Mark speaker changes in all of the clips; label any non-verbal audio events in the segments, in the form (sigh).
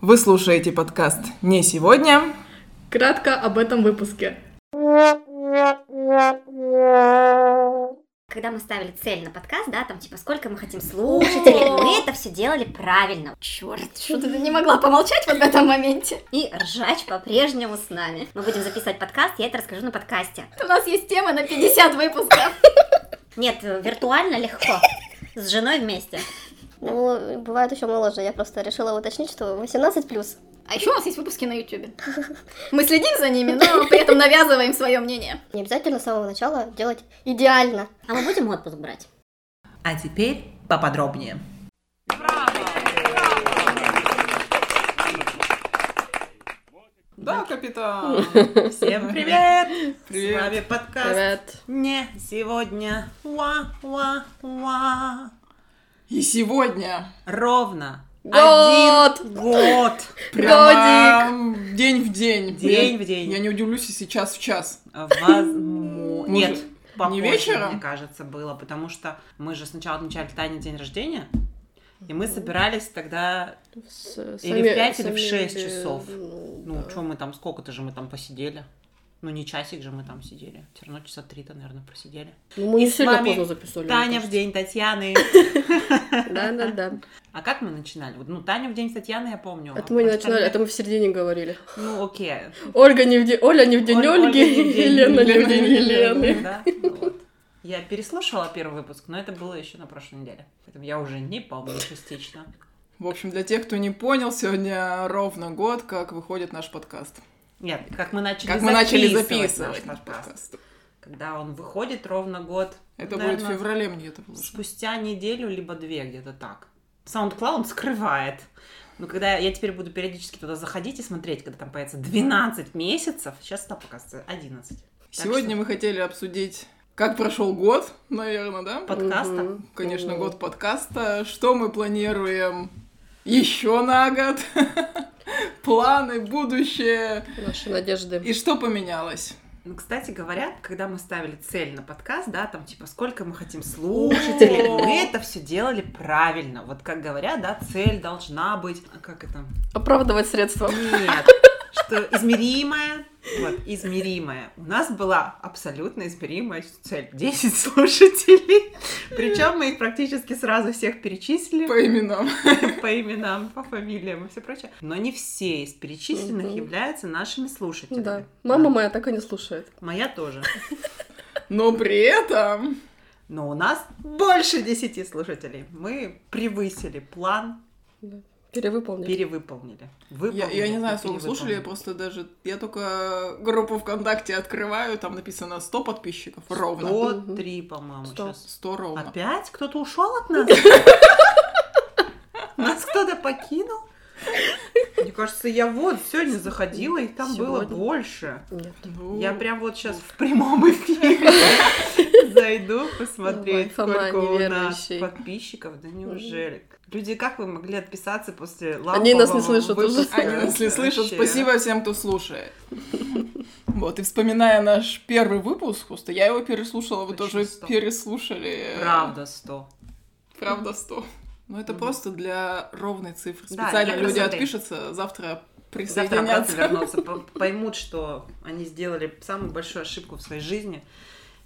Speaker 1: Вы слушаете подкаст «Не сегодня».
Speaker 2: Кратко об этом выпуске.
Speaker 3: Когда мы ставили цель на подкаст, да, там типа сколько мы хотим слушателей, мы это все делали правильно. Черт,
Speaker 4: Что-то ты не могла помолчать вот в этом моменте.
Speaker 3: И ржач по-прежнему с нами. Мы будем записывать подкаст, я это расскажу на подкасте.
Speaker 4: У нас есть тема на 50 выпусков.
Speaker 3: Нет, виртуально легко. С женой вместе.
Speaker 5: Ну, бывает еще моложе. Я просто решила уточнить, что 18 плюс.
Speaker 4: А еще у нас есть выпуски на YouTube. Мы следим за ними, но при этом навязываем свое мнение.
Speaker 5: Не обязательно с самого начала делать идеально.
Speaker 3: А мы будем отпуск брать.
Speaker 6: А теперь поподробнее.
Speaker 1: Да, капитан. (laughs)
Speaker 6: Всем привет!
Speaker 1: Привет.
Speaker 6: С вами подкаст
Speaker 2: Привет.
Speaker 6: «Не сегодня». Уа-уа-уа.
Speaker 1: И сегодня
Speaker 6: Ровно
Speaker 2: Год!
Speaker 6: один год.
Speaker 1: прямо день в день.
Speaker 6: День
Speaker 1: Я-
Speaker 6: в день.
Speaker 1: Я не удивлюсь, если сейчас в час.
Speaker 6: Возможно. Нет,
Speaker 1: Может,
Speaker 6: попозже,
Speaker 1: вечером?
Speaker 6: мне кажется, было, потому что мы же сначала отмечали Тане день рождения, и мы собирались тогда,
Speaker 2: С-
Speaker 6: Или в пять, или в
Speaker 2: сами-
Speaker 6: шесть
Speaker 2: э,
Speaker 6: часов.
Speaker 2: м,
Speaker 6: ну,
Speaker 2: да.
Speaker 6: что мы там, сколько-то же мы там посидели. Ну, не часик же мы там сидели. Все равно часа три-то, наверное, просидели.
Speaker 2: Ну, мы не
Speaker 6: И с
Speaker 2: сильно
Speaker 6: вами
Speaker 2: поздно записывали.
Speaker 6: Таня в день Татьяны.
Speaker 2: Да, да,
Speaker 6: (laughs)
Speaker 2: да.
Speaker 6: А как мы начинали? Вот, Ну, Таня в день Татьяны, я помню.
Speaker 2: Это мы не
Speaker 6: А
Speaker 2: начинали,
Speaker 6: остальные-
Speaker 2: это мы в середине говорили.
Speaker 6: Ну, окей.
Speaker 2: Ольга не в день, Оля не в день
Speaker 6: Оль-
Speaker 2: Ольги,
Speaker 6: Ольга не в день
Speaker 2: Елена не в
Speaker 1: Елены,
Speaker 2: день
Speaker 1: Елены.
Speaker 2: Елены.
Speaker 6: Да? Ну вот. Я переслушала первый выпуск, но это было еще на прошлой неделе. Поэтому я уже не помню частично.
Speaker 1: В общем, для тех, кто не понял, сегодня ровно год, как выходит наш подкаст.
Speaker 6: Нет, как мы начали
Speaker 1: как мы начали
Speaker 6: записывать
Speaker 1: записывать
Speaker 6: наш
Speaker 1: наш
Speaker 6: подкаст.
Speaker 1: подкаст.
Speaker 6: Когда он выходит ровно год.
Speaker 1: Это будет
Speaker 6: наверное,
Speaker 1: в феврале мне это выложено.
Speaker 6: Спустя неделю, либо две, где-то так. SoundCloud он скрывает. Но когда я теперь буду периодически туда заходить и смотреть, когда там появится 12 месяцев, сейчас там показывается 11.
Speaker 1: Сегодня мы хотели обсудить, как прошел год, (laughs) наверное, да?
Speaker 6: (laughs) Подкаста.
Speaker 2: Мгм.
Speaker 1: Конечно,
Speaker 2: Ну,
Speaker 1: год подкаста. Что мы планируем еще на год? (laughs) Планы, будущее.
Speaker 2: Наши надежды.
Speaker 1: И что поменялось?
Speaker 6: Ну, кстати говоря, когда мы ставили цель на подкаст, да, там типа сколько мы хотим слушателей, мы это все делали правильно. Вот как говорят, да, цель должна быть, а как это?
Speaker 2: Оправдывать
Speaker 6: (laughs)
Speaker 2: средства.
Speaker 6: Нет, что измеримая, вот, измеримая. У нас была абсолютно измеримая цель. 10 слушателей. Причем мы их практически сразу всех перечислили
Speaker 1: По именам.
Speaker 6: по именам, по фамилиям и все прочее. Но не все из перечисленных
Speaker 2: Мгм.
Speaker 6: являются нашими слушателями.
Speaker 2: Да. Мама моя так и не слушает.
Speaker 6: Моя тоже.
Speaker 1: Но при этом
Speaker 6: Но у нас больше 10 слушателей. Мы превысили план,
Speaker 2: Перевыполнили.
Speaker 6: перевыполнили.
Speaker 1: я, я не знаю, если вы слушали, я
Speaker 6: слушали.
Speaker 1: просто даже... Я только группу ВКонтакте открываю, там написано 100 подписчиков. Ровно.
Speaker 6: 103, по-моему,
Speaker 2: Сто.
Speaker 6: сейчас.
Speaker 1: 100 ровно.
Speaker 6: Опять кто-то ушел
Speaker 1: (laughs)
Speaker 6: от нас? Нас кто-то покинул? Мне кажется, я вот сегодня заходила, и там было
Speaker 2: Сегодня.
Speaker 6: больше.
Speaker 2: Нет.
Speaker 1: Ну,
Speaker 6: Я прям вот сейчас в прямом
Speaker 2: (laughs)
Speaker 6: эфире зайду посмотреть,
Speaker 2: Давай, Фома
Speaker 6: сколько у нас
Speaker 2: неверующий.
Speaker 6: подписчиков. Да неужели? Люди, как вы могли отписаться после лампового
Speaker 2: Они нас не слышат уже.
Speaker 6: выпуска?
Speaker 1: Они, если слышат,
Speaker 6: Вообще.
Speaker 1: спасибо всем, кто
Speaker 6: (laughs)
Speaker 1: слушает. Вот, и вспоминая наш первый выпуск, просто я его переслушала, вы
Speaker 6: Точно
Speaker 1: тоже
Speaker 6: 100.
Speaker 1: переслушали.
Speaker 6: Правда, сто.
Speaker 1: Правда, 100. Ну, это просто для ровной цифры.
Speaker 6: Да,
Speaker 1: Специально
Speaker 6: для
Speaker 1: люди
Speaker 6: красоты.
Speaker 1: отпишутся, завтра
Speaker 6: Завтра обратно
Speaker 1: присоединятся.
Speaker 6: вернутся, по- поймут, что они сделали самую большую ошибку в своей жизни.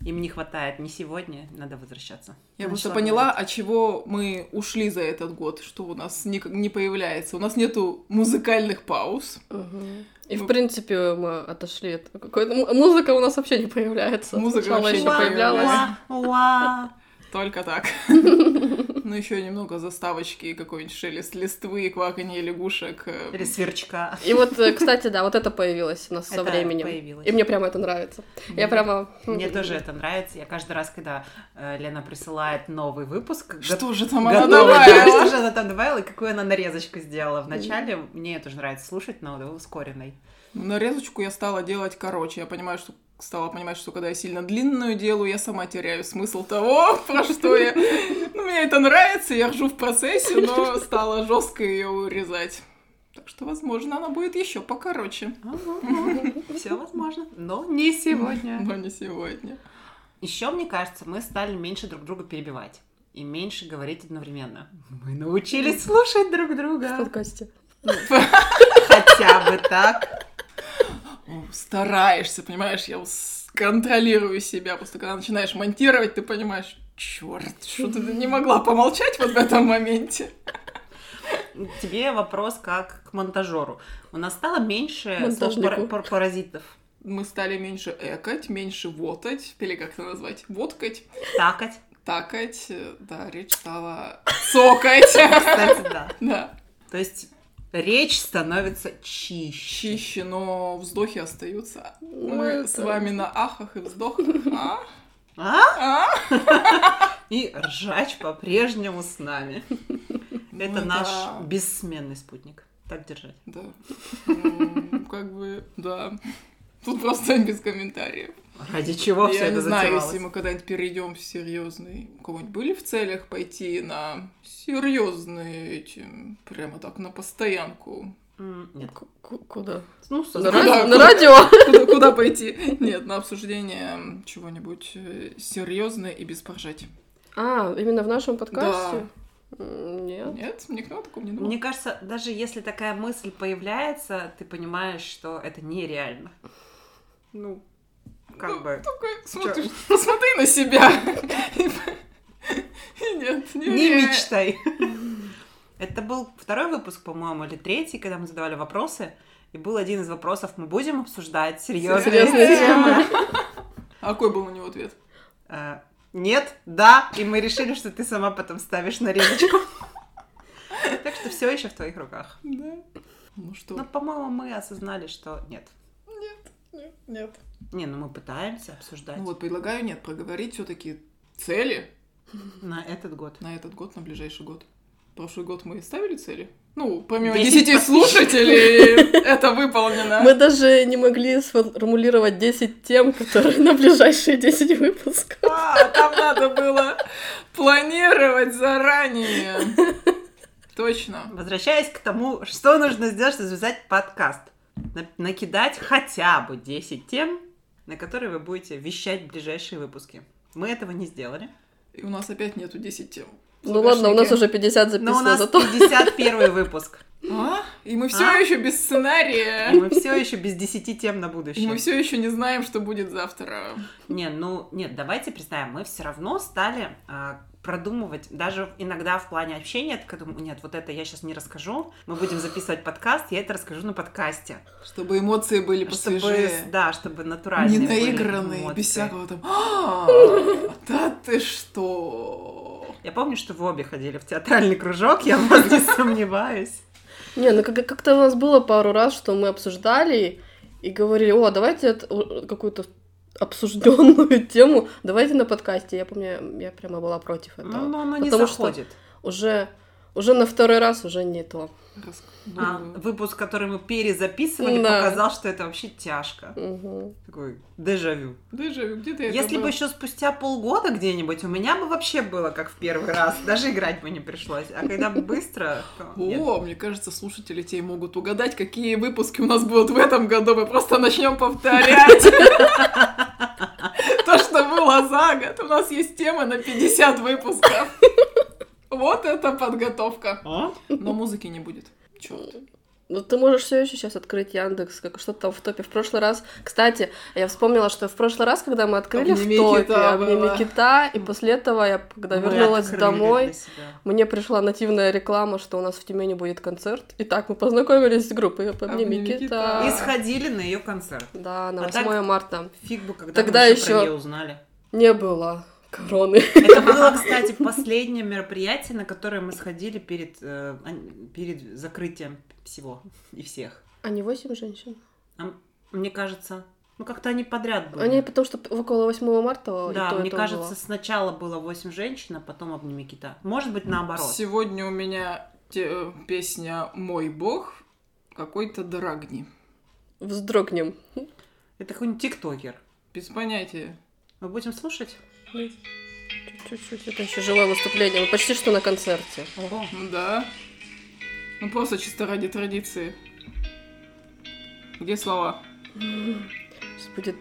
Speaker 6: Им не хватает не сегодня, надо возвращаться.
Speaker 1: (laughs) Я просто
Speaker 6: Начала
Speaker 1: поняла, от чего мы ушли за этот год, что у нас не, не появляется. У нас нету музыкальных пауз.
Speaker 2: Мгм. И
Speaker 1: Ну.
Speaker 2: в принципе мы отошли от какой-то м- музыка у нас вообще не появляется.
Speaker 1: Музыка
Speaker 2: Сначала
Speaker 1: вообще
Speaker 2: ещё
Speaker 1: не появлялась.
Speaker 6: Уа, уа.
Speaker 1: Только
Speaker 6: (laughs)
Speaker 1: так. Ну, еще немного заставочки, и какой-нибудь шелест листвы, кваканье лягушек. э,
Speaker 6: Или сверчка.
Speaker 2: И вот, э, кстати, да, вот это появилось у нас со
Speaker 6: Это
Speaker 2: временем.
Speaker 6: появилось.
Speaker 2: И мне прямо это нравится. Я прямо...
Speaker 6: Мне тоже это нравится. Я каждый раз, когда э, Лена присылает новый выпуск,
Speaker 1: Что
Speaker 6: го-
Speaker 1: же там она
Speaker 6: готовый,
Speaker 1: добавила?
Speaker 6: да, что же она там добавила и какую она нарезочку сделала в начале. Мне тоже нравится слушать, но да, ускоренной.
Speaker 1: Нарезочку я стала делать короче. Я понимаю, что стала понимать, что когда я сильно длинную делаю, я сама теряю смысл того, (laughs) про что я. Ну, мне это нравится, я ржу в процессе, но стала жестко ее урезать. Так что, возможно, она будет еще покороче.
Speaker 6: Все возможно, но не сегодня.
Speaker 1: Но не сегодня.
Speaker 6: Еще, мне кажется, мы стали меньше друг друга перебивать и меньше говорить одновременно. Мы научились слушать друг
Speaker 2: В
Speaker 6: друга.
Speaker 2: подкасте.
Speaker 6: Хотя бы так.
Speaker 1: Ну, Стараешься, понимаешь, я с- контролирую себя. Просто когда начинаешь монтировать, ты понимаешь, черт, что ты не могла помолчать вот в этом моменте.
Speaker 6: Тебе вопрос как к монтажеру. У нас стало меньше слов
Speaker 2: Монтажнику.
Speaker 6: пар- пар- паразитов.
Speaker 1: Мы стали меньше экать, меньше вотать, или как это назвать, водкать,
Speaker 6: Такать.
Speaker 1: такать, э, да, речь стала сокать,
Speaker 6: Кстати, да.
Speaker 1: (laughs) да,
Speaker 6: То есть речь становится чище.
Speaker 1: чище, но вздохи остаются.
Speaker 2: Ну,
Speaker 1: Мы
Speaker 2: это-
Speaker 1: с вами на ахах и вздохах, а?
Speaker 6: А?
Speaker 1: А?
Speaker 6: И ржач по-прежнему с нами. Это
Speaker 1: Ну
Speaker 6: наш
Speaker 1: да.
Speaker 6: бессменный спутник. Так держать.
Speaker 1: Да. М, Как бы, да. Тут просто без комментариев.
Speaker 6: Ради чего все
Speaker 1: Я не
Speaker 6: это
Speaker 1: знаю,
Speaker 6: затевалось?
Speaker 1: если мы когда-нибудь перейдем в серьезный. У кого-нибудь были в целях пойти на серьезные эти, прямо так, на постоянку?
Speaker 6: М, Нет.
Speaker 2: Ку- ку- Куда?
Speaker 6: Ну,
Speaker 2: На
Speaker 6: создать-
Speaker 1: Да,
Speaker 2: радио? на
Speaker 1: куда?
Speaker 2: радио?
Speaker 1: Куда, куда пойти? Нет, на обсуждение чего-нибудь э, серьезное и без поржать.
Speaker 2: А, именно в нашем подкасте? М, Нет.
Speaker 1: Нет, никто о таком не думал.
Speaker 6: Мне кажется, даже если такая мысль появляется, ты понимаешь, что это нереально. Ну, как бы.
Speaker 1: Такой, смотришь, посмотри на себя. И (laughs) Нет, не,
Speaker 6: Не
Speaker 1: (laughs)
Speaker 6: мечтай. Это был второй выпуск, по-моему, или третий, когда мы задавали вопросы. И был один из вопросов, мы будем обсуждать серьезные
Speaker 2: Серьезные
Speaker 6: темы.
Speaker 1: А какой был у него ответ?
Speaker 6: Э, Нет, да, и мы решили, что ты сама потом ставишь нарезочку. Так что все еще в твоих руках.
Speaker 1: Да. Ну что?
Speaker 6: Но, по-моему, мы осознали, что нет.
Speaker 1: Нет.
Speaker 6: Не, ну мы пытаемся обсуждать
Speaker 1: Ну вот, предлагаю, нет, проговорить все-таки цели.
Speaker 6: на этот год.
Speaker 1: на этот год, на ближайший год. Прошлый год мы ставили цели? Ну, помимо 10,
Speaker 6: Десять
Speaker 1: слушателей, это выполнено.
Speaker 2: Мы даже не могли сформулировать 10 тем, которые на ближайшие 10 выпусков.
Speaker 1: А, там надо было планировать заранее. Точно.
Speaker 6: Возвращаясь к тому, что нужно сделать, чтобы связать подкаст. На- накидать хотя бы 10 тем, на которые вы будете вещать в ближайшие выпуски. Мы этого не сделали.
Speaker 1: И у нас опять нету 10 тем. в
Speaker 2: Ну ладно, у нас
Speaker 1: загашнике.
Speaker 2: уже 50
Speaker 6: Но у
Speaker 2: записано,
Speaker 6: нас
Speaker 2: зато
Speaker 6: 51 выпуск.
Speaker 1: А? И мы все
Speaker 6: А?
Speaker 1: еще без
Speaker 6: И
Speaker 1: сценария. (laughs)
Speaker 6: мы все еще без 10 тем на
Speaker 1: И мы
Speaker 6: будущее.
Speaker 1: все еще не знаем, что будет завтра.
Speaker 6: Не, ну нет, давайте признаем, мы все равно стали а, продумывать, даже иногда в плане общения, к этому, нет, вот это я сейчас не расскажу, мы будем записывать подкаст, я это расскажу на подкасте.
Speaker 1: Чтобы эмоции были
Speaker 6: Чтобы,
Speaker 1: посвежее.
Speaker 6: да, чтобы натуральные
Speaker 1: Не
Speaker 6: были
Speaker 1: наигранные,
Speaker 6: эмоции.
Speaker 1: без всякого там. «А,
Speaker 6: (laughs)
Speaker 1: Да ты что?
Speaker 6: Я помню, что вы обе ходили в театральный кружок, я
Speaker 1: (laughs)
Speaker 6: в вас не сомневаюсь.
Speaker 2: Не, ну как- как-то у нас было пару раз, что мы обсуждали и говорили, о, давайте это, о, какую-то обсужденную (laughs) тему, давайте на подкасте. Я помню, я прямо была против этого.
Speaker 6: Ну, но оно не
Speaker 2: Потому что-
Speaker 6: заходит.
Speaker 2: Уже, уже на второй раз уже не то.
Speaker 1: Рас-
Speaker 6: А
Speaker 1: Ну,
Speaker 6: выпуск, который мы перезаписывали,
Speaker 2: Да.
Speaker 6: показал, что это вообще тяжко.
Speaker 2: Мгм.
Speaker 6: Такой дежавю.
Speaker 1: Дежавю, где
Speaker 2: (laughs)
Speaker 1: ты это
Speaker 6: Если
Speaker 1: был?
Speaker 6: бы еще спустя полгода где-нибудь, у меня бы вообще было как в первый раз. Даже играть бы не пришлось. А когда быстро, то нет.
Speaker 1: О, мне кажется, слушатели тебе могут угадать, какие выпуски у нас будут в этом году. Мы просто начнем повторять то, что было за год. У нас есть тема на 50 выпусков. Вот это подготовка.
Speaker 6: А?
Speaker 1: Но музыки не будет. Черт.
Speaker 2: Ну, ты можешь все еще сейчас открыть Яндекс, как что-то там в топе. В прошлый раз, кстати, я вспомнила, что в прошлый раз, когда мы открыли
Speaker 1: Обними
Speaker 2: в топе
Speaker 1: кита
Speaker 2: «Обними
Speaker 1: было».
Speaker 2: кита», и после этого я, когда
Speaker 6: Мы
Speaker 2: вернулась
Speaker 6: открыли
Speaker 2: домой,
Speaker 6: для себя.
Speaker 2: Мне пришла нативная реклама, что у нас в Тюмени будет концерт. И так мы познакомились с группой «Обними
Speaker 1: «Обними кита».
Speaker 2: кита».
Speaker 6: И сходили на ее концерт.
Speaker 2: Да, на
Speaker 6: А
Speaker 2: 8
Speaker 6: так-
Speaker 2: марта.
Speaker 6: Фиг бы, когда
Speaker 2: Тогда
Speaker 6: мы еще про
Speaker 2: ещё-
Speaker 6: нее узнали.
Speaker 2: (laughs) Не было короны.
Speaker 6: Это было, кстати, последнее мероприятие, на которое мы сходили перед, э, ан- перед закрытием всего и всех.
Speaker 2: А не 8 женщин?
Speaker 6: Мне кажется, ну как-то они подряд были.
Speaker 2: Они потому что около 8 марта и
Speaker 6: Да,
Speaker 2: то, и
Speaker 6: мне
Speaker 2: то
Speaker 6: кажется,
Speaker 2: было.
Speaker 6: сначала было восемь женщин, а потом обними кита. Может быть, наоборот.
Speaker 1: Сегодня у меня те- э, песня «Мой бог» какой-то драгни.
Speaker 2: Вздрогнем.
Speaker 6: Это какой-нибудь тиктокер.
Speaker 1: Без понятия.
Speaker 6: Мы будем слушать?
Speaker 2: Чуть-чуть. Это еще живое выступление. Мы почти что на концерте.
Speaker 6: Ого.
Speaker 1: Ну Да. Ну просто чисто ради традиции. Где слова?
Speaker 2: Сейчас будет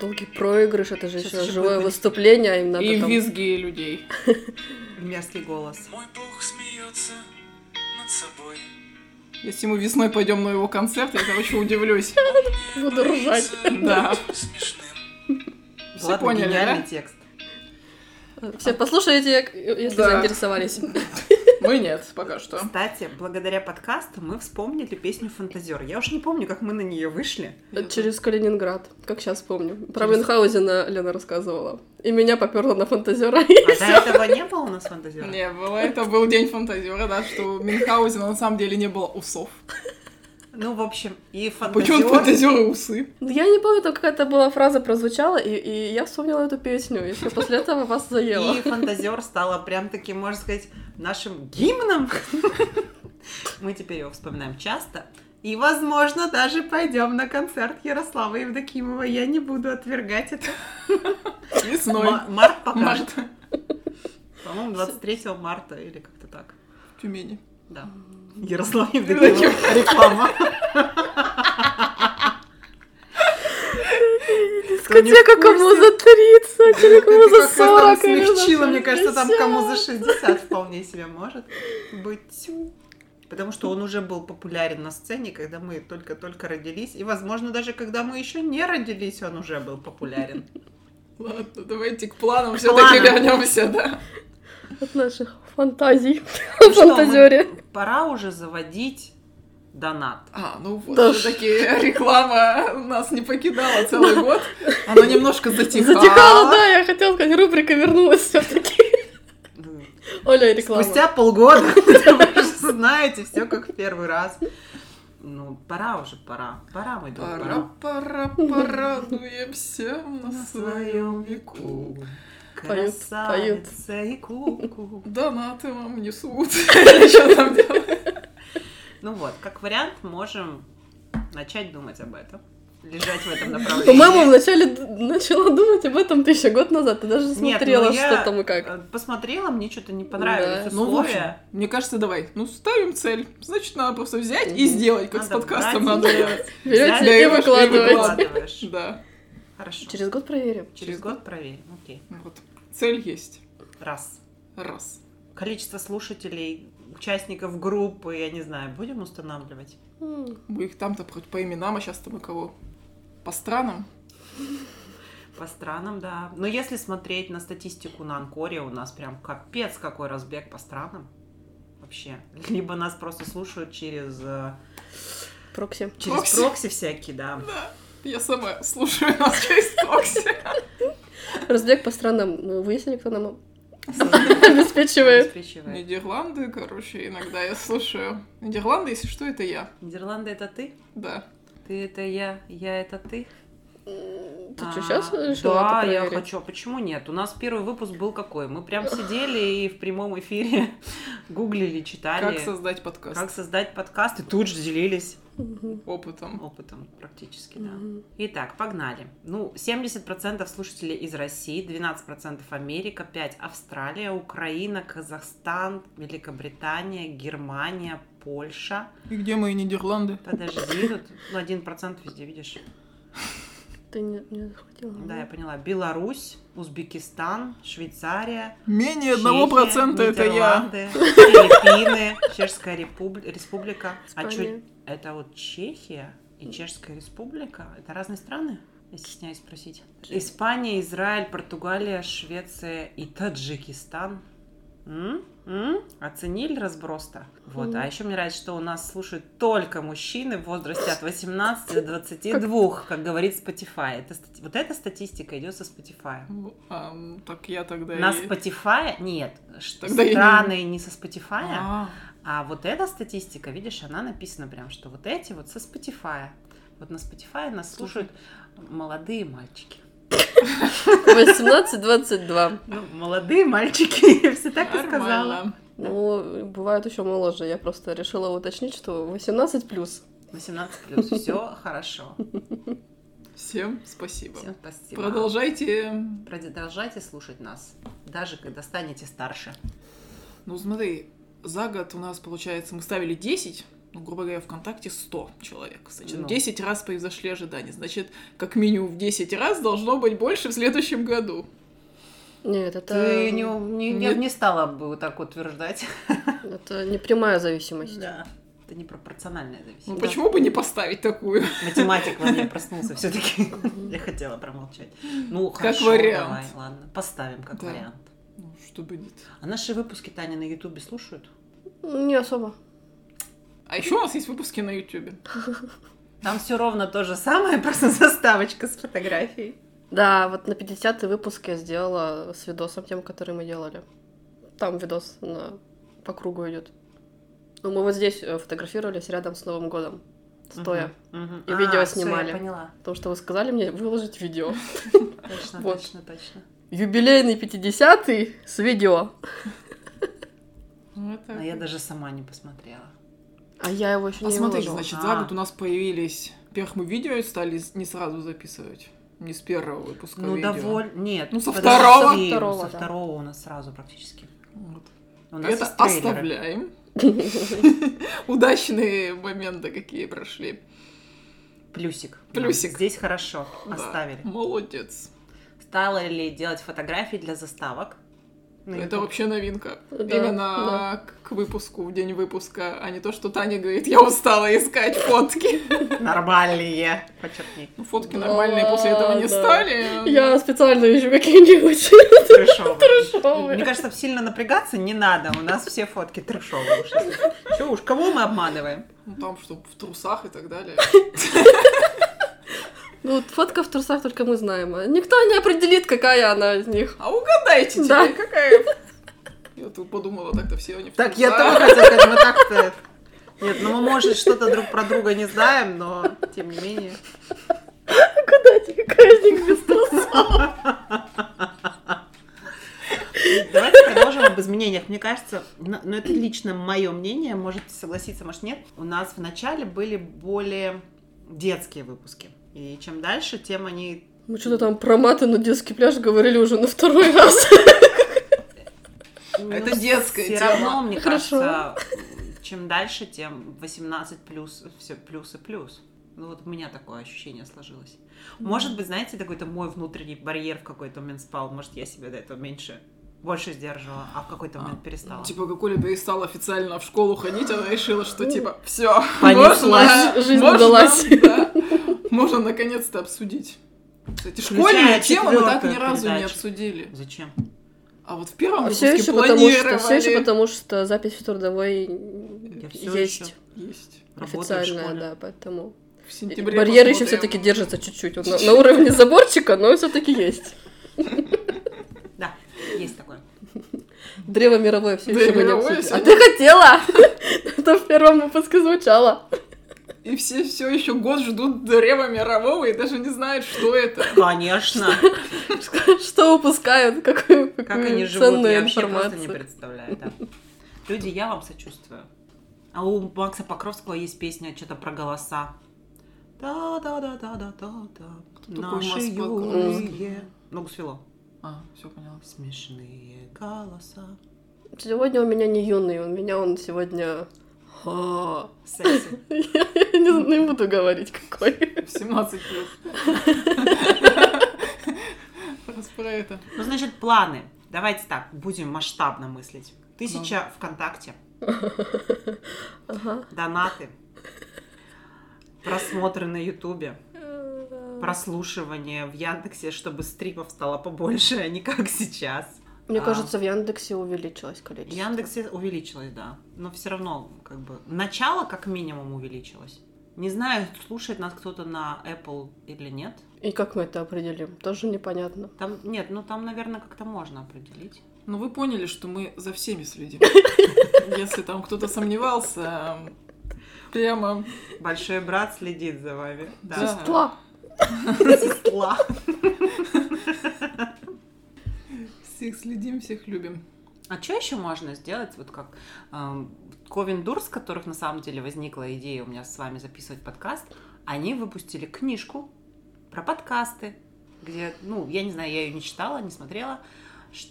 Speaker 2: долгий проигрыш. Это же
Speaker 6: Сейчас
Speaker 2: еще
Speaker 6: ещё
Speaker 2: живое
Speaker 6: будет.
Speaker 2: выступление. а Им надо
Speaker 1: И
Speaker 2: там...
Speaker 1: визги людей.
Speaker 6: Мерзкий голос.
Speaker 7: Мой бог смеется над собой
Speaker 1: Если мы весной пойдем на его концерт, я, короче, удивлюсь.
Speaker 2: Буду ржать.
Speaker 1: Да. Все
Speaker 6: Ладно,
Speaker 1: поняли,
Speaker 6: гениальный
Speaker 1: да?
Speaker 6: текст.
Speaker 2: Все, послушайте, если
Speaker 1: Да.
Speaker 2: заинтересовались.
Speaker 1: Мы нет, пока что.
Speaker 6: Кстати, благодаря подкасту мы вспомнили песню «Фантазер». Я уж не помню, как мы на нее вышли.
Speaker 2: Э, Через Калининград, как сейчас помню. Про Мюнхгаузена Лена рассказывала. И меня поперло на фантазера.
Speaker 6: А до этого не было у нас «Фантазера»?
Speaker 1: Не было, это был день фантазера, да, что у Мюнхгаузена на самом деле не было усов.
Speaker 6: Ну, в общем, и
Speaker 1: А Почему
Speaker 6: «Фантазер»
Speaker 1: фантазеры усы?
Speaker 2: Ну, (laughs) Я не помню, там какая-то была фраза прозвучала, и, и я вспомнила эту песню, и всё, после этого вас заело.
Speaker 6: И фантазер стала прям таким, можно сказать, нашим гимном. (laughs) Мы теперь его вспоминаем часто. И, возможно, даже пойдем на концерт Ярослава Евдокимова. Я не буду отвергать это.
Speaker 1: Весной.
Speaker 6: Ма- Март покажет.
Speaker 1: Марта.
Speaker 6: По-моему, 23 марта или как-то так.
Speaker 1: В Тюмени.
Speaker 6: Да. Ярослав Евдокимов. Ну, типа, Реклама.
Speaker 2: Дискотека кому за 30 или кому
Speaker 6: Ты
Speaker 2: за
Speaker 6: как раз
Speaker 2: 40
Speaker 6: там
Speaker 2: или за
Speaker 6: смягчила, мне кажется, там
Speaker 2: 60.
Speaker 6: кому за 60 вполне себе может быть. Потому что он уже был популярен на сцене, когда мы только-только родились. И, возможно, даже когда мы еще не родились, он уже был
Speaker 2: (laughs)
Speaker 6: популярен.
Speaker 1: Ладно, давайте к планам все-таки
Speaker 6: планам.
Speaker 1: вернемся, да.
Speaker 2: От наших фантазий. (laughs)
Speaker 6: Ну что, мы-
Speaker 2: Фантазёре.
Speaker 6: Пора уже заводить донат.
Speaker 1: А, ну вот,
Speaker 2: Да
Speaker 1: все-таки реклама нас не покидала целый год. (laughs) Она немножко затихала.
Speaker 6: А?
Speaker 2: Затихала, да, я хотела сказать, рубрика вернулась все таки (laughs) Оля, реклама.
Speaker 6: Спустя полгода (laughs) вы же знаете все как в первый раз. Ну, пора уже, пора. Пора, мой друг,
Speaker 1: Пора, пора,
Speaker 6: пора.
Speaker 1: порадуемся на своем веку.
Speaker 2: Поют, поют.
Speaker 6: Красавица и куку.
Speaker 1: Донаты вам несут. (laughs) Что там делать?
Speaker 6: Ну вот, как вариант, можем начать думать об этом. Лежать в этом
Speaker 2: По-моему,
Speaker 6: направлении.
Speaker 2: вначале д- начала думать об этом тысяча год назад. Ты даже
Speaker 6: Нет,
Speaker 2: смотрела,
Speaker 6: ну я-
Speaker 2: что там и как.
Speaker 6: Э, Посмотрела, мне что-то не понравились
Speaker 2: Да.
Speaker 1: Ну, в общем,
Speaker 6: условия.
Speaker 1: мне кажется, давай, ну, ставим цель. Значит, надо просто взять и сделать, как с
Speaker 6: Надо
Speaker 1: подкастом
Speaker 6: брать
Speaker 1: надо.
Speaker 6: и
Speaker 1: делать.
Speaker 6: делать.
Speaker 2: Берете
Speaker 1: Взяли
Speaker 2: и
Speaker 1: и вышли, и
Speaker 2: выкладываете.
Speaker 1: выкладываете.
Speaker 6: Выкладываешь.
Speaker 1: Да,
Speaker 6: Хорошо.
Speaker 2: Через год проверим.
Speaker 6: Через год проверим. Окей.
Speaker 1: вот. Цель есть.
Speaker 6: Раз.
Speaker 1: Раз.
Speaker 6: Количество слушателей, участников группы, я не знаю, будем устанавливать?
Speaker 2: М,
Speaker 1: Мы их там-то хоть по именам, а сейчас-то мы кого? По странам?
Speaker 6: По странам, да. Но если смотреть на статистику на Анкоре, у нас прям капец какой разбег по странам. Вообще. Либо нас просто слушают через, э,
Speaker 2: Прокси.
Speaker 6: через
Speaker 1: Прокси.
Speaker 6: прокси всякие, да.
Speaker 1: Я сама слушаю (laughs) нас через прокси.
Speaker 2: Разбег по странам. Мы выяснили, кто нам (laughs) обеспечивает.
Speaker 6: Обеспечивает.
Speaker 1: Нидерланды, короче, иногда я слушаю. Нидерланды, если что, это я.
Speaker 6: Нидерланды это ты?
Speaker 1: Да.
Speaker 6: Ты это я, я это ты.
Speaker 2: Ты
Speaker 6: А,
Speaker 2: что, сейчас решила
Speaker 6: Да,
Speaker 2: это
Speaker 6: я
Speaker 2: проверить?
Speaker 6: хочу. А Почему нет? У нас первый выпуск был какой? Мы прям сидели и в прямом эфире (laughs) гуглили, читали.
Speaker 1: Как создать подкаст?
Speaker 6: Как создать подкаст, и тут же делились
Speaker 2: Мгм.
Speaker 1: Опытом.
Speaker 6: опытом практически, да.
Speaker 2: Мгм.
Speaker 6: Итак, погнали. Ну, 70% слушателей из России, 12% Америка, 5% Австралия, Украина, Казахстан, Великобритания, Германия, Польша.
Speaker 1: И где мои Нидерланды?
Speaker 6: Подожди, тут ну, 1% везде, видишь?
Speaker 2: Ты не не захватила.
Speaker 6: Да, я поняла. Беларусь, Узбекистан, Швейцария,
Speaker 1: Менее
Speaker 6: Чехия,
Speaker 1: одного процента это я.
Speaker 6: Нидерланды, Филиппины, Чешская републи- республика. А
Speaker 2: Испания.
Speaker 6: чё- это вот Чехия и Чешская республика? Это разные страны? Я стесняюсь спросить. Испания, Израиль, Португалия, Швеция и Таджикистан. М? М? Оценили разброс-то? Вот. А еще мне нравится, что у нас слушают только мужчины в возрасте от 18 до 22, как говорит Spotify. Это стати- Вот эта статистика идет со Spotify.
Speaker 1: А, ну, так я тогда
Speaker 6: На
Speaker 1: и-
Speaker 6: Spotify нет, что
Speaker 1: Тогда я не-
Speaker 6: страны не со Spotify, а.
Speaker 1: А,
Speaker 6: вот эта статистика, видишь, она написана прям, что вот эти вот со Spotify. Вот на Spotify нас слушают молодые мальчики.
Speaker 2: (laughs) 18-22.
Speaker 6: Ну, (laughs) молодые мальчики, я все так и сказала.
Speaker 1: Нормально.
Speaker 2: Ну, бывает еще моложе. Я просто решила уточнить, что 18 плюс.
Speaker 6: 18 плюс, все хорошо.
Speaker 1: Всем спасибо.
Speaker 6: Всем спасибо.
Speaker 1: Продолжайте.
Speaker 6: Продолжайте слушать нас, даже когда станете старше.
Speaker 1: Ну смотри, за год у нас получается, мы ставили 10, ну, грубо говоря, ВКонтакте 100 человек. Значит,
Speaker 6: Ну.
Speaker 1: 10 раз превзошли ожидания. Значит, как минимум в 10 раз должно быть больше в следующем году.
Speaker 2: Нет, это...
Speaker 6: Ты (laughs) не, не, я
Speaker 1: Нет.
Speaker 6: бы не стала бы так утверждать.
Speaker 2: Это не прямая зависимость.
Speaker 6: Да. это непропорциональная
Speaker 1: Ну
Speaker 6: зависимость.
Speaker 1: почему бы не поставить такую?
Speaker 6: Математик во
Speaker 1: (laughs)
Speaker 6: мне проснулся все-таки. (laughs) Я хотела промолчать. Ну, хорошо,
Speaker 1: вариант.
Speaker 6: давай, ладно, поставим как
Speaker 1: Да.
Speaker 6: вариант.
Speaker 1: Ну, чтобы нет.
Speaker 6: А наши выпуски Таня на Ютубе слушают?
Speaker 2: Не особо.
Speaker 1: А еще у нас есть выпуски на Ютубе.
Speaker 6: Там все ровно то же самое, (laughs) просто заставочка с фотографией.
Speaker 2: Да, вот на 50-й выпуск я сделала с видосом тем, который мы делали. Там видос на... по кругу идет. Ну, мы вот здесь э, фотографировались рядом с Новым годом. Стоя.
Speaker 6: Мгм.
Speaker 2: И видео
Speaker 6: А, всё,
Speaker 2: снимали.
Speaker 6: я поняла.
Speaker 2: Потому что вы сказали мне выложить видео.
Speaker 6: Точно,
Speaker 2: Вот.
Speaker 6: точно, точно.
Speaker 2: Юбилейный 50-й с видео.
Speaker 1: Вот так
Speaker 6: Но Ну, я
Speaker 1: вот.
Speaker 6: даже сама не посмотрела.
Speaker 2: А я его еще
Speaker 1: А
Speaker 2: не
Speaker 1: смотри,
Speaker 2: выложила.
Speaker 1: значит, за
Speaker 6: А.
Speaker 1: год у нас появились... Во-первых, мы видео стали не сразу записывать. Не с первого выпуска
Speaker 6: Ну,
Speaker 1: видео.
Speaker 6: довольно... Нет.
Speaker 1: Ну, со
Speaker 6: подожди,
Speaker 1: второго?
Speaker 6: со
Speaker 2: Второго,
Speaker 6: со
Speaker 2: да.
Speaker 6: второго у нас сразу практически.
Speaker 1: Вот.
Speaker 6: У нас
Speaker 1: Это
Speaker 6: есть трейлеры.
Speaker 1: оставляем. (laughs) Удачные моменты какие прошли.
Speaker 6: Плюсик.
Speaker 1: Плюсик.
Speaker 6: Здесь хорошо.
Speaker 1: Да.
Speaker 6: Оставили.
Speaker 1: Молодец.
Speaker 6: Стало ли делать фотографии для заставок? Ну, На
Speaker 1: Это
Speaker 6: YouTube?
Speaker 1: вообще новинка.
Speaker 2: Да,
Speaker 1: Именно к- к выпуску, в день выпуска, а не то, что Таня говорит, я устала искать фотки.
Speaker 6: Нормальные. Подчеркни.
Speaker 1: Ну, фотки
Speaker 2: Да
Speaker 1: нормальные после этого не
Speaker 2: ладно.
Speaker 1: стали.
Speaker 2: Я специально ищу какие-нибудь
Speaker 6: Трешовые.
Speaker 2: трешовые.
Speaker 6: Мне кажется, сильно напрягаться не надо. У нас все фотки трешовые. уж если- Чё уж, кого мы обманываем?
Speaker 1: Ну, там, что в трусах и так далее.
Speaker 2: Ну, вот фотка в трусах только мы знаем. а Никто не определит, какая она из них.
Speaker 1: А угадайте теперь,
Speaker 2: Да.
Speaker 1: какая. Я тут подумала, так-то все они в
Speaker 6: Так, я
Speaker 1: трусах.
Speaker 6: тоже хотела сказать, мы так-то... Нет, ну мы, может, что-то друг про друга не знаем, но тем не менее.
Speaker 2: Куда тебе какая из них без трусов?
Speaker 6: Давайте продолжим об изменениях. Мне кажется, на- ну это лично мое мнение, можете согласиться, может нет. У нас в начале были более детские выпуски. И чем дальше, тем они...
Speaker 2: Мы что-то там про маты на детский пляж говорили уже на второй раз.
Speaker 1: Это детская
Speaker 6: Все
Speaker 1: тема.
Speaker 6: Ну, равно, мне
Speaker 2: Хорошо.
Speaker 6: кажется, чем дальше, тем 18 плюс, все плюс и плюс. Ну вот у меня такое ощущение сложилось. Может быть, знаете, это какой-то мой внутренний барьер в какой-то момент спал. Может, я себя до этого меньше, больше сдерживала, а в какой-то момент перестала.
Speaker 1: Типа, как Оля перестала официально в школу ходить, она решила, что типа все,
Speaker 6: Понеслась.
Speaker 2: Жизнь удалась.
Speaker 1: можно наконец-то обсудить. Кстати, школьные
Speaker 6: Включая
Speaker 1: темы мы так ни
Speaker 6: четвертую
Speaker 1: разу не
Speaker 6: передачу.
Speaker 1: обсудили.
Speaker 6: Зачем?
Speaker 1: А вот в первом
Speaker 2: А все
Speaker 1: выпуске
Speaker 2: еще потому что, все еще
Speaker 1: планировали.
Speaker 2: потому что запись в трудовой
Speaker 6: Я все
Speaker 2: есть
Speaker 6: еще
Speaker 1: Есть.
Speaker 6: работаю в
Speaker 2: официальная,
Speaker 6: школе.
Speaker 2: да, поэтому.
Speaker 1: В
Speaker 2: И
Speaker 1: сентябре
Speaker 2: Барьер еще
Speaker 1: посмотрим.
Speaker 2: все-таки держится чуть-чуть. Вот На, на уровне заборчика, но все-таки есть.
Speaker 6: Да, есть такое.
Speaker 2: Древо мировое все
Speaker 1: Да,
Speaker 2: еще мы не
Speaker 1: мировое
Speaker 2: обсудили.
Speaker 1: сегодня.
Speaker 2: А ты хотела! (laughs) Это в первом выпуске звучало.
Speaker 1: И все все еще год ждут древа мирового и даже не знают, что это.
Speaker 6: Конечно.
Speaker 2: Что упускают, какую
Speaker 6: Как они
Speaker 2: какую
Speaker 6: живут,
Speaker 2: ценную
Speaker 6: я вообще просто не
Speaker 2: информацию.
Speaker 6: представляю. да. Люди, я вам сочувствую. А у Макса Покровского есть песня что-то про голоса. Да, да, да, да, да, да, да.
Speaker 1: такой Макс Покровский?
Speaker 6: Наши юные. Ногу свело.
Speaker 1: А, все поняла.
Speaker 6: Смешные голоса.
Speaker 2: Сегодня у меня не юный, у меня он сегодня... Ха.
Speaker 6: Секси.
Speaker 2: (laughs) Я я не не буду говорить, какой.
Speaker 1: 17 плюс. Раз про это.
Speaker 6: Ну, значит, планы. Давайте так, будем масштабно мыслить. Тысяча ВКонтакте,
Speaker 2: Ага.
Speaker 6: донаты, просмотры на Ютубе. прослушивание в Яндексе, чтобы стрипов стало побольше, а не как сейчас.
Speaker 2: Мне
Speaker 6: А.
Speaker 2: кажется, в Яндексе увеличилось
Speaker 6: В
Speaker 2: количество.
Speaker 6: Яндексе увеличилось, да. Но все равно, как бы, начало как минимум увеличилось. Не знаю, слушает нас кто-то на Apple или нет.
Speaker 2: И как мы это определим? Тоже непонятно.
Speaker 6: Там нет, ну там, наверное, как-то можно определить.
Speaker 1: Ну вы поняли, что мы за всеми следим. Если там кто-то сомневался, прямо
Speaker 6: Большой брат следит за вами. Да.
Speaker 1: Да.
Speaker 2: Тла.
Speaker 6: Сестла.
Speaker 1: всех следим, всех любим.
Speaker 6: А что еще можно сделать, вот как эм, Ковен Дур, с которых на самом деле возникла идея у меня с вами записывать подкаст, они выпустили книжку про подкасты, где, ну, я не знаю, я ее не читала, не смотрела, Ш-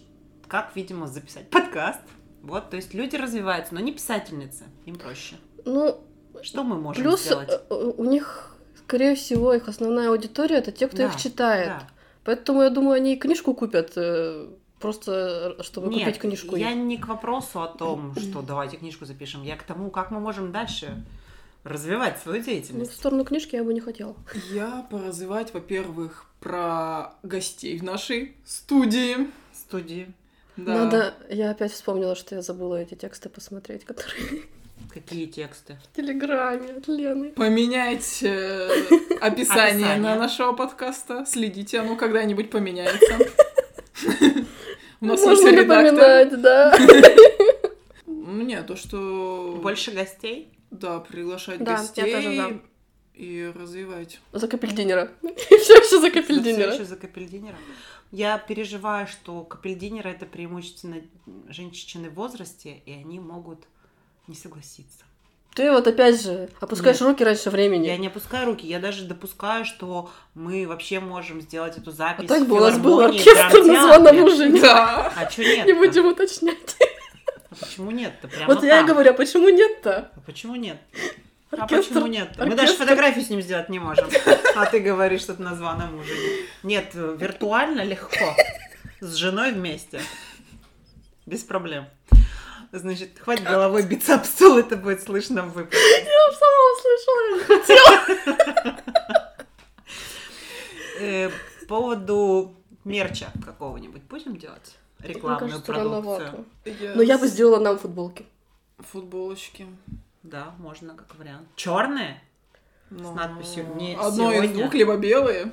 Speaker 6: как, видимо, записать подкаст. Вот, то есть люди развиваются, но не писательницы, им проще.
Speaker 2: Ну,
Speaker 6: Что мы можем
Speaker 2: плюс
Speaker 6: сделать?
Speaker 2: э, э, у них, скорее всего, их основная аудитория это те, кто
Speaker 6: Да,
Speaker 2: их читает.
Speaker 6: Да.
Speaker 2: Поэтому я думаю, они и книжку купят э, просто э, чтобы
Speaker 6: Нет,
Speaker 2: купить книжку.
Speaker 6: я
Speaker 2: их.
Speaker 6: не к вопросу
Speaker 2: (clears throat)
Speaker 6: о том, что давайте книжку запишем. Я к тому, как мы можем дальше развивать свою
Speaker 2: Ну, в
Speaker 6: деятельность.
Speaker 2: сторону книжки я бы не хотела.
Speaker 1: Я поразвивать, во-первых, про гостей в нашей студии.
Speaker 2: Ну,
Speaker 6: Студии.
Speaker 1: Да.
Speaker 2: Надо. Я опять вспомнила, что я забыла эти тексты посмотреть, которые
Speaker 6: Какие тексты?
Speaker 2: в Телеграме от Лены.
Speaker 1: Поменять
Speaker 2: (laughs)
Speaker 1: э, описание
Speaker 6: Описание.
Speaker 1: на нашего подкаста. Следите, оно когда-нибудь
Speaker 2: (laughs)
Speaker 1: поменяется. У нас есть
Speaker 2: Можно
Speaker 1: редактор.
Speaker 2: напоминать, да.
Speaker 1: Ну, Не, то, что...
Speaker 6: Больше гостей?
Speaker 1: Да, приглашать
Speaker 2: Да, я тоже за.
Speaker 1: гостей и развивать.
Speaker 2: За (laughs) капельдинера. Все еще за
Speaker 6: Всё
Speaker 2: капельдинера.
Speaker 6: ещё за Капельдинера. Я переживаю, что Капельдинера это преимущественно женщины в возрасте, и они могут не согласиться.
Speaker 2: Ты вот опять же опускаешь
Speaker 6: Нет.
Speaker 2: руки раньше
Speaker 6: Я
Speaker 2: времени.
Speaker 6: не опускаю руки, я даже допускаю, что мы вообще можем сделать эту
Speaker 2: А
Speaker 6: запись.
Speaker 2: так
Speaker 6: в
Speaker 2: бы у нас был
Speaker 6: филармонии,
Speaker 2: оркестр на
Speaker 6: драмтеатре.
Speaker 2: званом
Speaker 6: (laughs)
Speaker 2: ужине.
Speaker 1: Да.
Speaker 6: А чё нет?
Speaker 2: Не будем уточнять.
Speaker 6: Почему нет-то? Прямо
Speaker 2: Вот я и
Speaker 6: там.
Speaker 2: говорю, а почему нет-то?
Speaker 6: А почему нет? А
Speaker 2: Оркестр-
Speaker 6: почему нет? Мы даже
Speaker 2: оркестр.
Speaker 6: фотографию с ним сделать не можем. А ты говоришь, что ты на званом ужине. Нет, э, виртуально легко. С женой вместе. Без проблем. Значит, хватит головой биться об стол, это будет слышно в выпуске.
Speaker 2: Я сама услышала.
Speaker 6: Э, По поводу мерча какого-нибудь будем делать?
Speaker 2: Мне
Speaker 6: Рекламную
Speaker 2: кажется,
Speaker 6: продукцию.
Speaker 2: рановато. Но Ну, я бы сделала нам футболки.
Speaker 1: Футболочки.
Speaker 6: Да, можно как вариант. Черные?
Speaker 1: Ну,
Speaker 6: надписью «Не
Speaker 1: Одно из
Speaker 6: сегодня».
Speaker 1: двух, либо белые.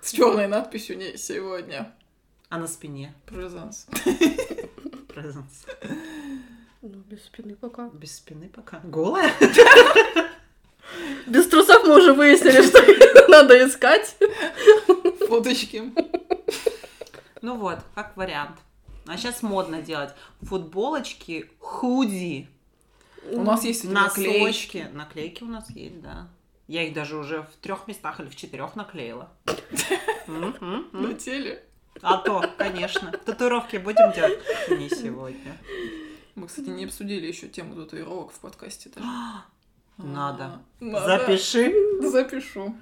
Speaker 1: С черной надписью не сегодня.
Speaker 6: А на спине?
Speaker 1: Презанс.
Speaker 6: Presence.
Speaker 2: Ну, без спины
Speaker 6: (laughs)
Speaker 2: пока.
Speaker 6: Без спины пока. Голая?
Speaker 2: Без трусов мы уже выяснили, что (laughs) надо искать.
Speaker 1: (laughs) Фоточки.
Speaker 6: Ну вот, как вариант. А сейчас модно делать футболочки, худи,
Speaker 1: У нас есть эти наклеечки.
Speaker 6: носочки. Наклейки у нас есть, да. Я их даже уже в трех местах или в четырех наклеила. М, м, м.
Speaker 1: На теле.
Speaker 6: А то, конечно. Татуировки будем делать? Не сегодня.
Speaker 1: Мы, кстати, не обсудили еще тему татуировок в подкасте
Speaker 2: (gasps)
Speaker 1: даже.
Speaker 6: Надо.
Speaker 1: А, надо.
Speaker 2: (laughs)
Speaker 6: Запиши.
Speaker 1: Запишу.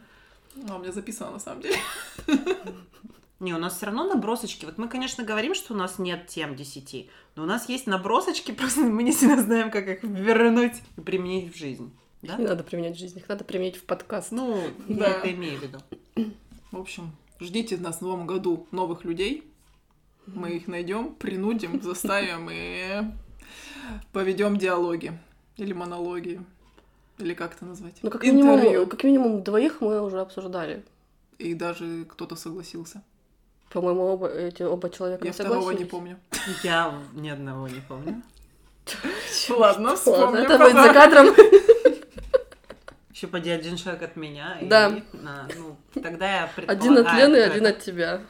Speaker 1: А, у меня записано на самом деле.
Speaker 6: Не, у нас все равно набросочки. Вот мы, конечно, говорим, что у нас нет тем 10, но у нас есть набросочки, (laughs) просто мы не всегда знаем, как их вернуть и применить в жизнь. Да?
Speaker 2: Не надо применять в жизни, их надо применять в подкаст.
Speaker 6: Ну,
Speaker 1: Да.
Speaker 6: я это имею в виду.
Speaker 1: В общем, ждите нас в новом году новых людей. Мы их найдем, принудим, заставим и поведем диалоги. Или монологи. Или как это назвать?
Speaker 2: Ну, как
Speaker 1: Интервью.
Speaker 2: минимум, как минимум двоих мы уже обсуждали.
Speaker 1: И даже кто-то согласился.
Speaker 2: По-моему, оба, эти оба человека
Speaker 1: Я
Speaker 2: не
Speaker 1: второго не
Speaker 2: согласились. (laughs)
Speaker 1: помню.
Speaker 6: Я ни одного не помню.
Speaker 1: Ладно,
Speaker 2: Ладно,
Speaker 1: вспомним.
Speaker 2: это будет за
Speaker 1: потом.
Speaker 2: кадром. (laughs)
Speaker 6: Еще поди один человек от меня. и-
Speaker 2: Да.
Speaker 6: на- ну, тогда я предполагаю.
Speaker 2: Один от Лены,
Speaker 6: кто
Speaker 2: один
Speaker 6: это.
Speaker 2: от тебя.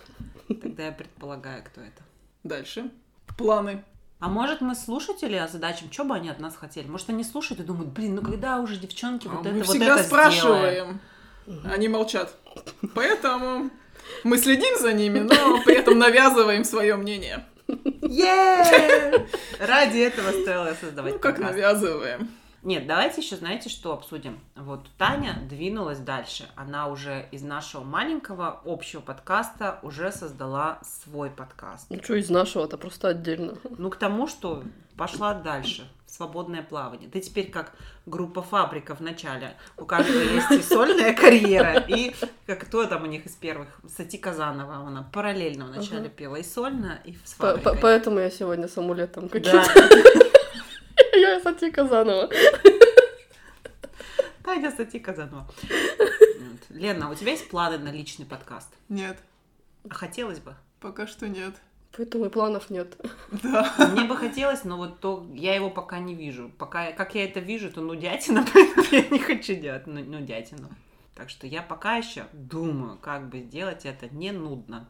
Speaker 6: Тогда я предполагаю, кто это.
Speaker 1: Дальше. Планы.
Speaker 6: А может, мы слушатели озадачим, что бы они от нас хотели? Может, они слушают и думают, блин, ну когда уже девчонки вот
Speaker 1: А
Speaker 6: это
Speaker 1: мы
Speaker 6: вот
Speaker 1: всегда
Speaker 6: это сделаем?»
Speaker 1: спрашиваем. Они молчат. Поэтому мы следим за ними, но при этом навязываем свое мнение. Ну,
Speaker 6: Е-е-е! Ради этого стоило создавать
Speaker 1: Ну, как
Speaker 6: подкаст.
Speaker 1: навязываем.
Speaker 6: Нет, давайте еще, знаете, что обсудим? Вот Таня двинулась дальше. Она уже из нашего маленького общего подкаста уже создала свой подкаст.
Speaker 2: Ну, что из нашего-то, просто отдельно.
Speaker 6: Ну, к тому, что пошла дальше. Свободное плавание. Ты теперь как группа фабрика в начале. У каждого есть и сольная карьера, и как кто там у них из первых? Сати Казанова, она параллельно вначале
Speaker 2: Ага.
Speaker 6: пела и сольно, и с
Speaker 2: По- по-
Speaker 6: фабрикой.
Speaker 2: Поэтому я сегодня с амулетом
Speaker 6: Да.
Speaker 2: (laughs) каким-то. Я Сати Казанова.
Speaker 6: Таня Сати Казанова. Вот. Лена, у тебя есть планы на личный подкаст?
Speaker 1: Нет,
Speaker 6: А хотелось бы?
Speaker 1: пока что нет.
Speaker 2: Поэтому и планов нет.
Speaker 1: Да.
Speaker 6: Мне бы хотелось, но вот то я его пока не вижу. Пока, как я это вижу, то нудятина, (laughs) поэтому я не хочу делать ну- нудятину. Так что я пока еще думаю, как бы сделать это не нудно.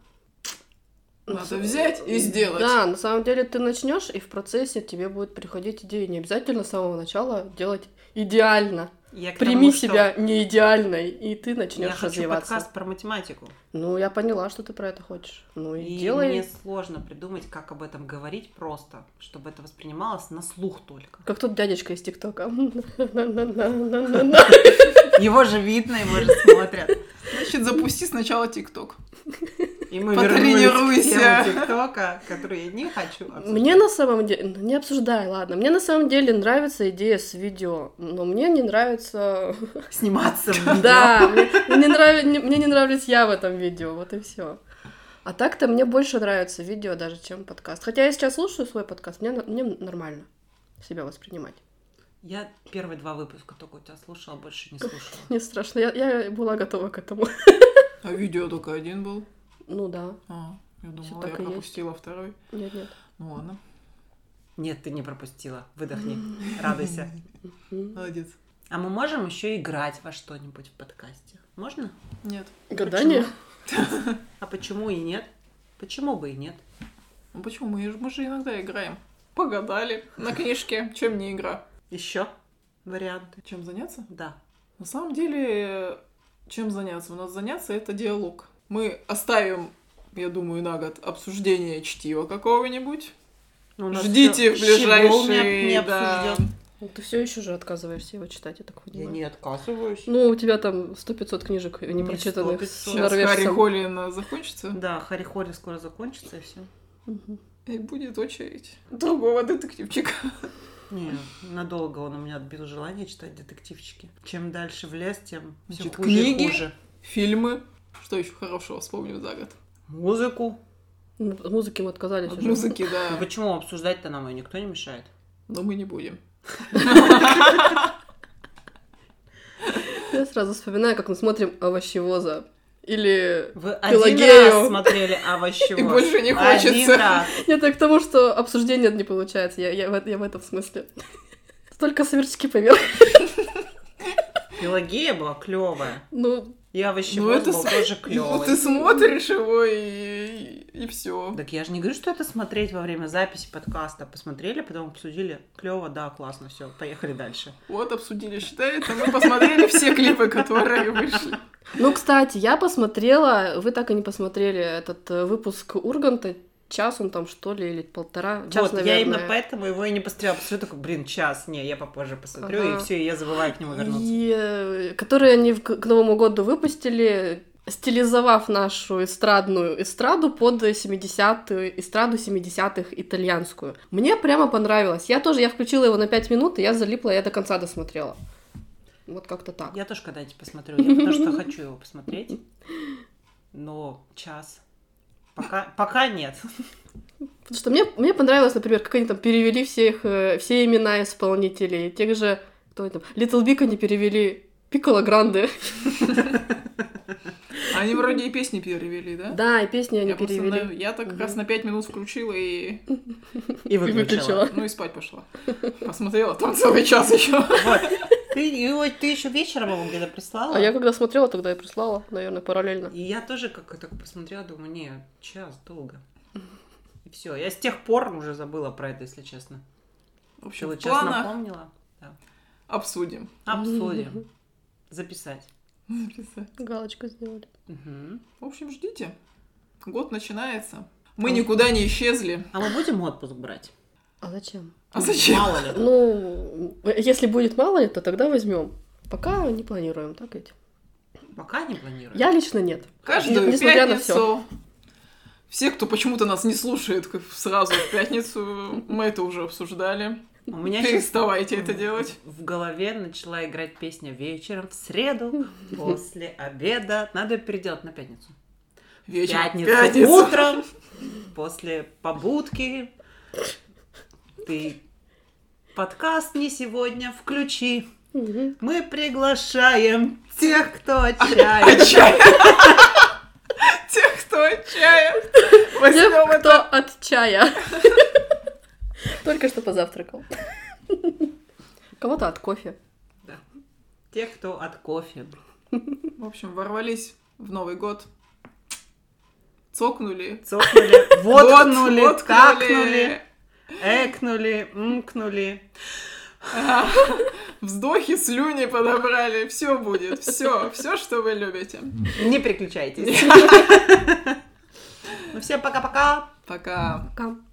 Speaker 1: Надо взять и сделать.
Speaker 2: Да, на самом деле ты начнешь, и в процессе тебе будет приходить идеи. Не обязательно с самого начала делать идеально.
Speaker 6: Я к
Speaker 2: Прими
Speaker 6: тому, что
Speaker 2: себя не идеальной, и ты
Speaker 6: Я
Speaker 2: начнешь
Speaker 6: хочу
Speaker 2: развиваться.
Speaker 6: подкаст про математику.
Speaker 2: Ну, я поняла, что ты про это хочешь. Ну и,
Speaker 6: И
Speaker 2: делай.
Speaker 6: мне сложно придумать, как об этом говорить просто, чтобы это воспринималось на слух только.
Speaker 2: Как тот дядечка из
Speaker 6: (laughs)
Speaker 2: ТикТока. На-на-на-на-на-на.
Speaker 6: Его же видно, его же смотрят.
Speaker 1: Значит, запусти сначала ТикТок.
Speaker 6: И мы вернулись к
Speaker 1: Потренируйся.
Speaker 6: тему ТикТока, который я не хочу обсуждать.
Speaker 2: Мне на самом деле... ну, Не обсуждай, ладно. Мне на самом деле нравится идея с видео, но мне не нравится...
Speaker 6: Сниматься в
Speaker 2: (laughs)
Speaker 6: видео.
Speaker 2: Да, мне- мне не нрав- не- мне не нравлюсь я в этом видео, вот и все. А так-то мне больше нравится видео даже, чем подкаст. Хотя я сейчас слушаю свой подкаст, мне, на- мне нормально себя воспринимать.
Speaker 6: Я первые два выпуска только у тебя слушала, больше не слушала.
Speaker 2: Не страшно, я, я была готова к этому. (laughs)
Speaker 1: А видео только один был?
Speaker 2: Ну да,
Speaker 1: А, я думала,
Speaker 2: так
Speaker 1: я
Speaker 2: и есть.
Speaker 1: пропустила второй.
Speaker 2: нет, нет.
Speaker 1: Ну ладно.
Speaker 6: Нет, ты не пропустила. Выдохни, радуйся.
Speaker 2: М.
Speaker 1: Молодец.
Speaker 6: А мы можем еще играть во что-нибудь в подкасте? Можно?
Speaker 1: Нет.
Speaker 2: Гадание?
Speaker 6: А почему и нет? Почему бы и нет?
Speaker 1: Ну почему? Мы же, мы же иногда играем. Погадали. На книжке. Чем не игра?
Speaker 6: Еще варианты.
Speaker 1: Чем заняться?
Speaker 6: Да.
Speaker 1: На самом деле, чем заняться? У нас заняться это диалог. Мы оставим, я думаю, на год обсуждение чтива какого-нибудь.
Speaker 6: Ну, у нас
Speaker 1: Ждите в
Speaker 6: всё- щегол
Speaker 1: ближайшие...
Speaker 6: не- не
Speaker 1: да.
Speaker 6: обсужден.
Speaker 2: Ну, Ты все еще же отказываешься его читать, я так
Speaker 6: Я
Speaker 2: понимаю.
Speaker 6: не отказываюсь.
Speaker 2: Ну, у тебя там сто пятьсот книжек не
Speaker 6: Не
Speaker 2: прочитанных
Speaker 6: 100-500.
Speaker 2: с
Speaker 1: Сейчас Харри
Speaker 2: норвежцем.
Speaker 1: Холлин закончится,
Speaker 6: Да, Харихори скоро закончится и все.
Speaker 2: Мгм.
Speaker 1: и будет очередь другого детективчика.
Speaker 6: Не, надолго он у меня отбил желание читать детективчики. Чем дальше в лес, тем все
Speaker 1: Значит,
Speaker 6: хуже
Speaker 1: книги.
Speaker 6: и хуже.
Speaker 1: Фильмы. Что еще хорошего вспомним за год?
Speaker 6: Музыку.
Speaker 2: Ну, От музыки мы отказались
Speaker 1: От
Speaker 2: уже.
Speaker 1: музыки,
Speaker 6: Ну
Speaker 1: да.
Speaker 6: почему обсуждать-то нам ее никто не мешает?
Speaker 1: Но мы не будем.
Speaker 2: Я сразу вспоминаю, как мы смотрим овощевоза. Или...
Speaker 6: Вы
Speaker 2: Пелагею.
Speaker 6: один раз смотрели
Speaker 1: (laughs)
Speaker 6: овощевод.
Speaker 1: И больше не
Speaker 6: Один
Speaker 1: хочется.
Speaker 6: раз.
Speaker 2: Нет, я к тому, что обсуждение не получается. Я, я, в, я в этом смысле. (laughs) Только сверчки поверх.
Speaker 6: Пелагея была клевая.
Speaker 2: Ну,
Speaker 6: И
Speaker 1: Ну,
Speaker 6: овощевод
Speaker 1: это
Speaker 6: был
Speaker 1: с- (laughs)
Speaker 6: тоже
Speaker 1: Ну, ты
Speaker 6: клевый.
Speaker 1: смотришь его и, и все.
Speaker 6: Так я же не говорю, что это смотреть во время записи подкаста. Посмотрели, потом обсудили. Клево, да, классно, все, поехали дальше.
Speaker 1: Вот обсудили, считается. Мы посмотрели все клипы, которые вышли.
Speaker 2: ну, кстати, я посмотрела, вы так и не посмотрели этот э, выпуск Урганта. Час он там, что ли, или полтора. Час,
Speaker 6: вот, я
Speaker 2: наверное.
Speaker 6: именно поэтому его и не посмотрела. Посмотрю, такой, блин, час, не, я попозже посмотрю,
Speaker 2: Ага.
Speaker 6: и все, и я забываю к нему вернуться.
Speaker 2: И, э, которые они в- к к Новому году выпустили, стилизовав нашу эстрадную эстраду под 70-ю, эстраду 70-х итальянскую. Мне прямо понравилось. Я тоже, я включила его на 5 минут, и я залипла, я до конца досмотрела. Вот как-то так.
Speaker 6: Я тоже когда-нибудь посмотрю, я потому что хочу
Speaker 1: (laughs)
Speaker 6: его посмотреть. Но час. Пока, пока нет.
Speaker 2: Потому что мне, мне понравилось, например, как они там перевели всех, э, все имена исполнителей, тех же, кто они там, Little Big они перевели, Пикколо Гранде.
Speaker 1: Они вроде и песни перевели, да?
Speaker 2: Да, и песни они
Speaker 1: Я, просто на-
Speaker 2: перевели.
Speaker 1: я так как раз на пять минут включила
Speaker 2: (laughs)
Speaker 1: и,
Speaker 6: И
Speaker 2: И
Speaker 6: выключила.
Speaker 2: выключила.
Speaker 1: ну и спать пошла. Посмотрела, там целый час еще.
Speaker 6: Вот. (laughs) Ты, его- ты еще вечером его где-то прислала.
Speaker 2: А я когда смотрела, тогда и прислала, наверное, параллельно.
Speaker 6: И я тоже как так посмотрела, думаю, не, час долго. И все. Я с тех пор уже забыла про это, если честно.
Speaker 1: В общем,
Speaker 6: Чего
Speaker 1: в
Speaker 6: час
Speaker 1: планах
Speaker 6: напомнила.
Speaker 1: обсудим.
Speaker 6: Обсудим. Записать.
Speaker 2: Галочку сделали.
Speaker 6: Мгм.
Speaker 1: В общем, ждите. Год начинается. Мы никуда не исчезли.
Speaker 6: А мы будем отпуск брать?
Speaker 2: А зачем?
Speaker 1: А зачем?
Speaker 6: Мало ли.
Speaker 2: Ну, если будет мало это, тогда возьмем. Пока не планируем, так ведь?
Speaker 6: Пока не планируем.
Speaker 2: Я лично нет.
Speaker 1: Каждую
Speaker 2: Несмотря на
Speaker 1: пятницу. Все, кто почему-то нас не слушает как сразу в пятницу, мы это уже обсуждали.
Speaker 6: У меня сейчас
Speaker 1: Переставайте это делать.
Speaker 6: в голове начала играть песня вечером в среду после обеда. Надо её переделать на пятницу.
Speaker 1: Вечер.
Speaker 6: Пятница,
Speaker 1: Пятница.
Speaker 6: утром, после побудки. Ты подкаст не сегодня включи.
Speaker 2: Мгм.
Speaker 6: Мы приглашаем тех, кто
Speaker 1: А
Speaker 6: отчаян.
Speaker 1: Отчаянно. (laughs) Тех, кто отчаян.
Speaker 2: Тех,
Speaker 1: Возьмем это.
Speaker 2: кто от чая. Только что позавтракал. Кого-то от кофе.
Speaker 6: Тех, кто от кофе.
Speaker 1: В общем, ворвались в Новый год. Цокнули.
Speaker 6: Цокнули, воткнули,
Speaker 1: воткнули.
Speaker 6: какнули, экнули, мкнули.
Speaker 1: А, Вздохи, слюни подобрали. Все будет. Все. Все, что вы любите.
Speaker 6: Не переключайтесь. (laughs) Ну всем пока-пока.
Speaker 1: Пока.
Speaker 2: Кам.